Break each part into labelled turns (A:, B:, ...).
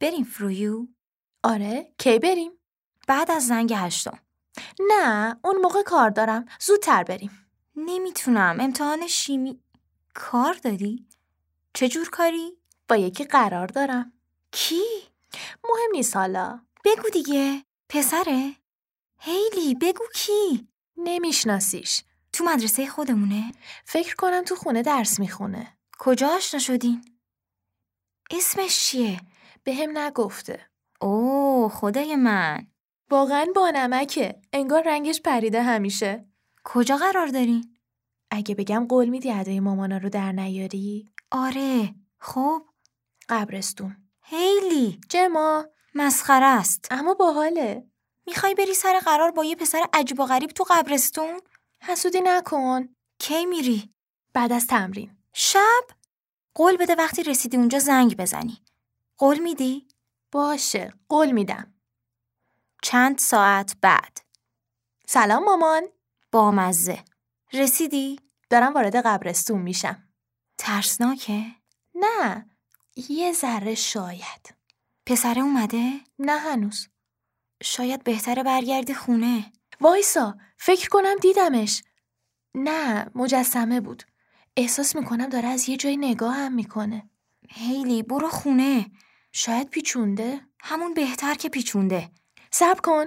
A: بریم فرویو
B: آره کی بریم
A: بعد از زنگ هشتم
B: نه اون موقع کار دارم زودتر بریم
A: نمیتونم امتحان شیمی کار داری چه جور کاری
B: با یکی قرار دارم
A: کی
B: مهم نیست حالا
A: بگو دیگه پسره هیلی بگو کی
B: نمیشناسیش
A: تو مدرسه خودمونه
B: فکر کنم تو خونه درس میخونه
A: کجا آشنا شدین اسمش چیه
B: به هم نگفته
A: اوه خدای من
B: واقعا با نمکه انگار رنگش پریده همیشه
A: کجا قرار دارین
B: اگه بگم قول میدی ادای مامانا رو در نیاری
A: آره خب
B: قبرستون
A: هیلی
B: جما
A: مسخره است
B: اما باحاله
A: میخوای بری سر قرار با یه پسر عجیب و غریب تو قبرستون
B: حسودی نکن
A: کی میری
B: بعد از تمرین
A: شب قول بده وقتی رسیدی اونجا زنگ بزنی قول میدی
B: باشه قول میدم
A: چند ساعت بعد
B: سلام مامان
A: بامزه رسیدی
B: دارم وارد قبرستون میشم
A: ترسناکه
B: نه یه ذره شاید
A: پسره اومده
B: نه هنوز
A: شاید بهتره برگردی خونه
B: وایسا فکر کنم دیدمش نه مجسمه بود احساس میکنم داره از یه جای نگاه هم میکنه
A: هیلی برو خونه
B: شاید پیچونده
A: همون بهتر که پیچونده
B: صبر کن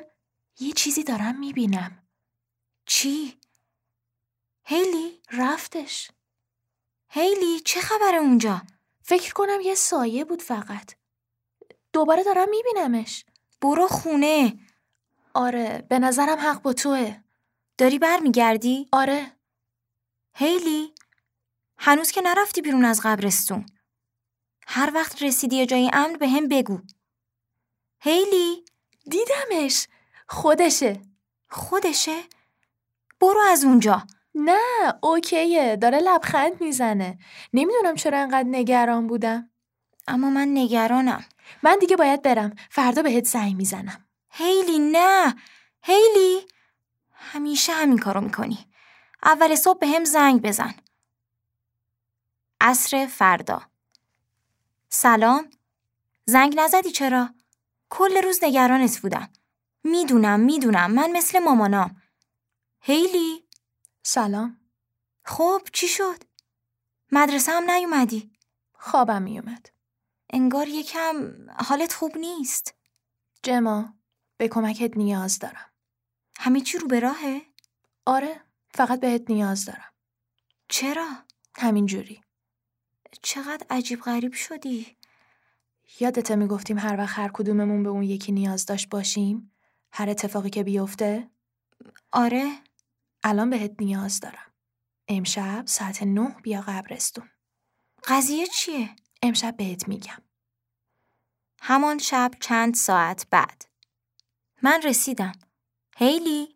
B: یه چیزی دارم میبینم
A: چی هیلی
B: رفتش
A: هیلی چه خبره اونجا
B: فکر کنم یه سایه بود فقط دوباره دارم میبینمش
A: برو خونه
B: آره به نظرم حق با توه
A: داری برمیگردی
B: آره
A: هیلی هنوز که نرفتی بیرون از قبرستون هر وقت رسیدی یه جای امن به هم بگو هیلی
B: دیدمش خودشه
A: خودشه برو از اونجا
B: نه اوکیه داره لبخند میزنه نمیدونم چرا انقدر نگران بودم
A: اما من نگرانم
B: من دیگه باید برم فردا بهت زنگ میزنم
A: هیلی نه هیلی همیشه همین کارو میکنی اول صبح به هم زنگ بزن عصر فردا سلام زنگ نزدی چرا؟ کل روز نگرانت بودم میدونم میدونم من مثل مامانام هیلی
B: سلام
A: خب چی شد؟ مدرسه هم نیومدی
B: خوابم میومد
A: انگار یکم حالت خوب نیست
B: جما به کمکت نیاز دارم
A: همه چی رو به راهه؟
B: آره فقط بهت نیاز دارم
A: چرا؟
B: همینجوری
A: چقدر عجیب غریب شدی
B: یادته میگفتیم هر وقت هر کدوممون به اون یکی نیاز داشت باشیم هر اتفاقی که بیفته
A: آره
B: الان بهت نیاز دارم امشب ساعت نه بیا قبرستون
A: قضیه چیه؟
B: امشب بهت میگم
A: همان شب چند ساعت بعد من رسیدم هیلی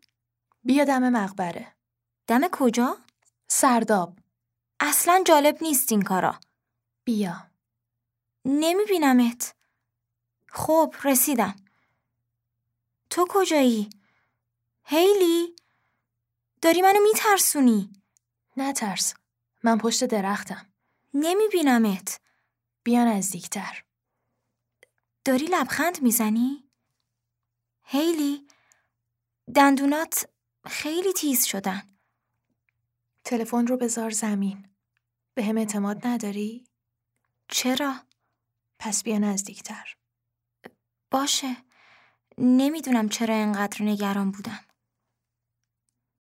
B: بیا دم مقبره
A: دم کجا؟
B: سرداب
A: اصلا جالب نیست این کارا
B: بیا
A: نمی بینمت خب رسیدم تو کجایی؟ هیلی داری منو میترسونی
B: نترس من پشت درختم
A: نمی بینمت
B: بیا نزدیکتر
A: داری لبخند میزنی؟ هیلی دندونات خیلی تیز شدن
B: تلفن رو بذار زمین به هم اعتماد نداری؟
A: چرا؟
B: پس بیا نزدیکتر
A: باشه نمیدونم چرا اینقدر نگران بودم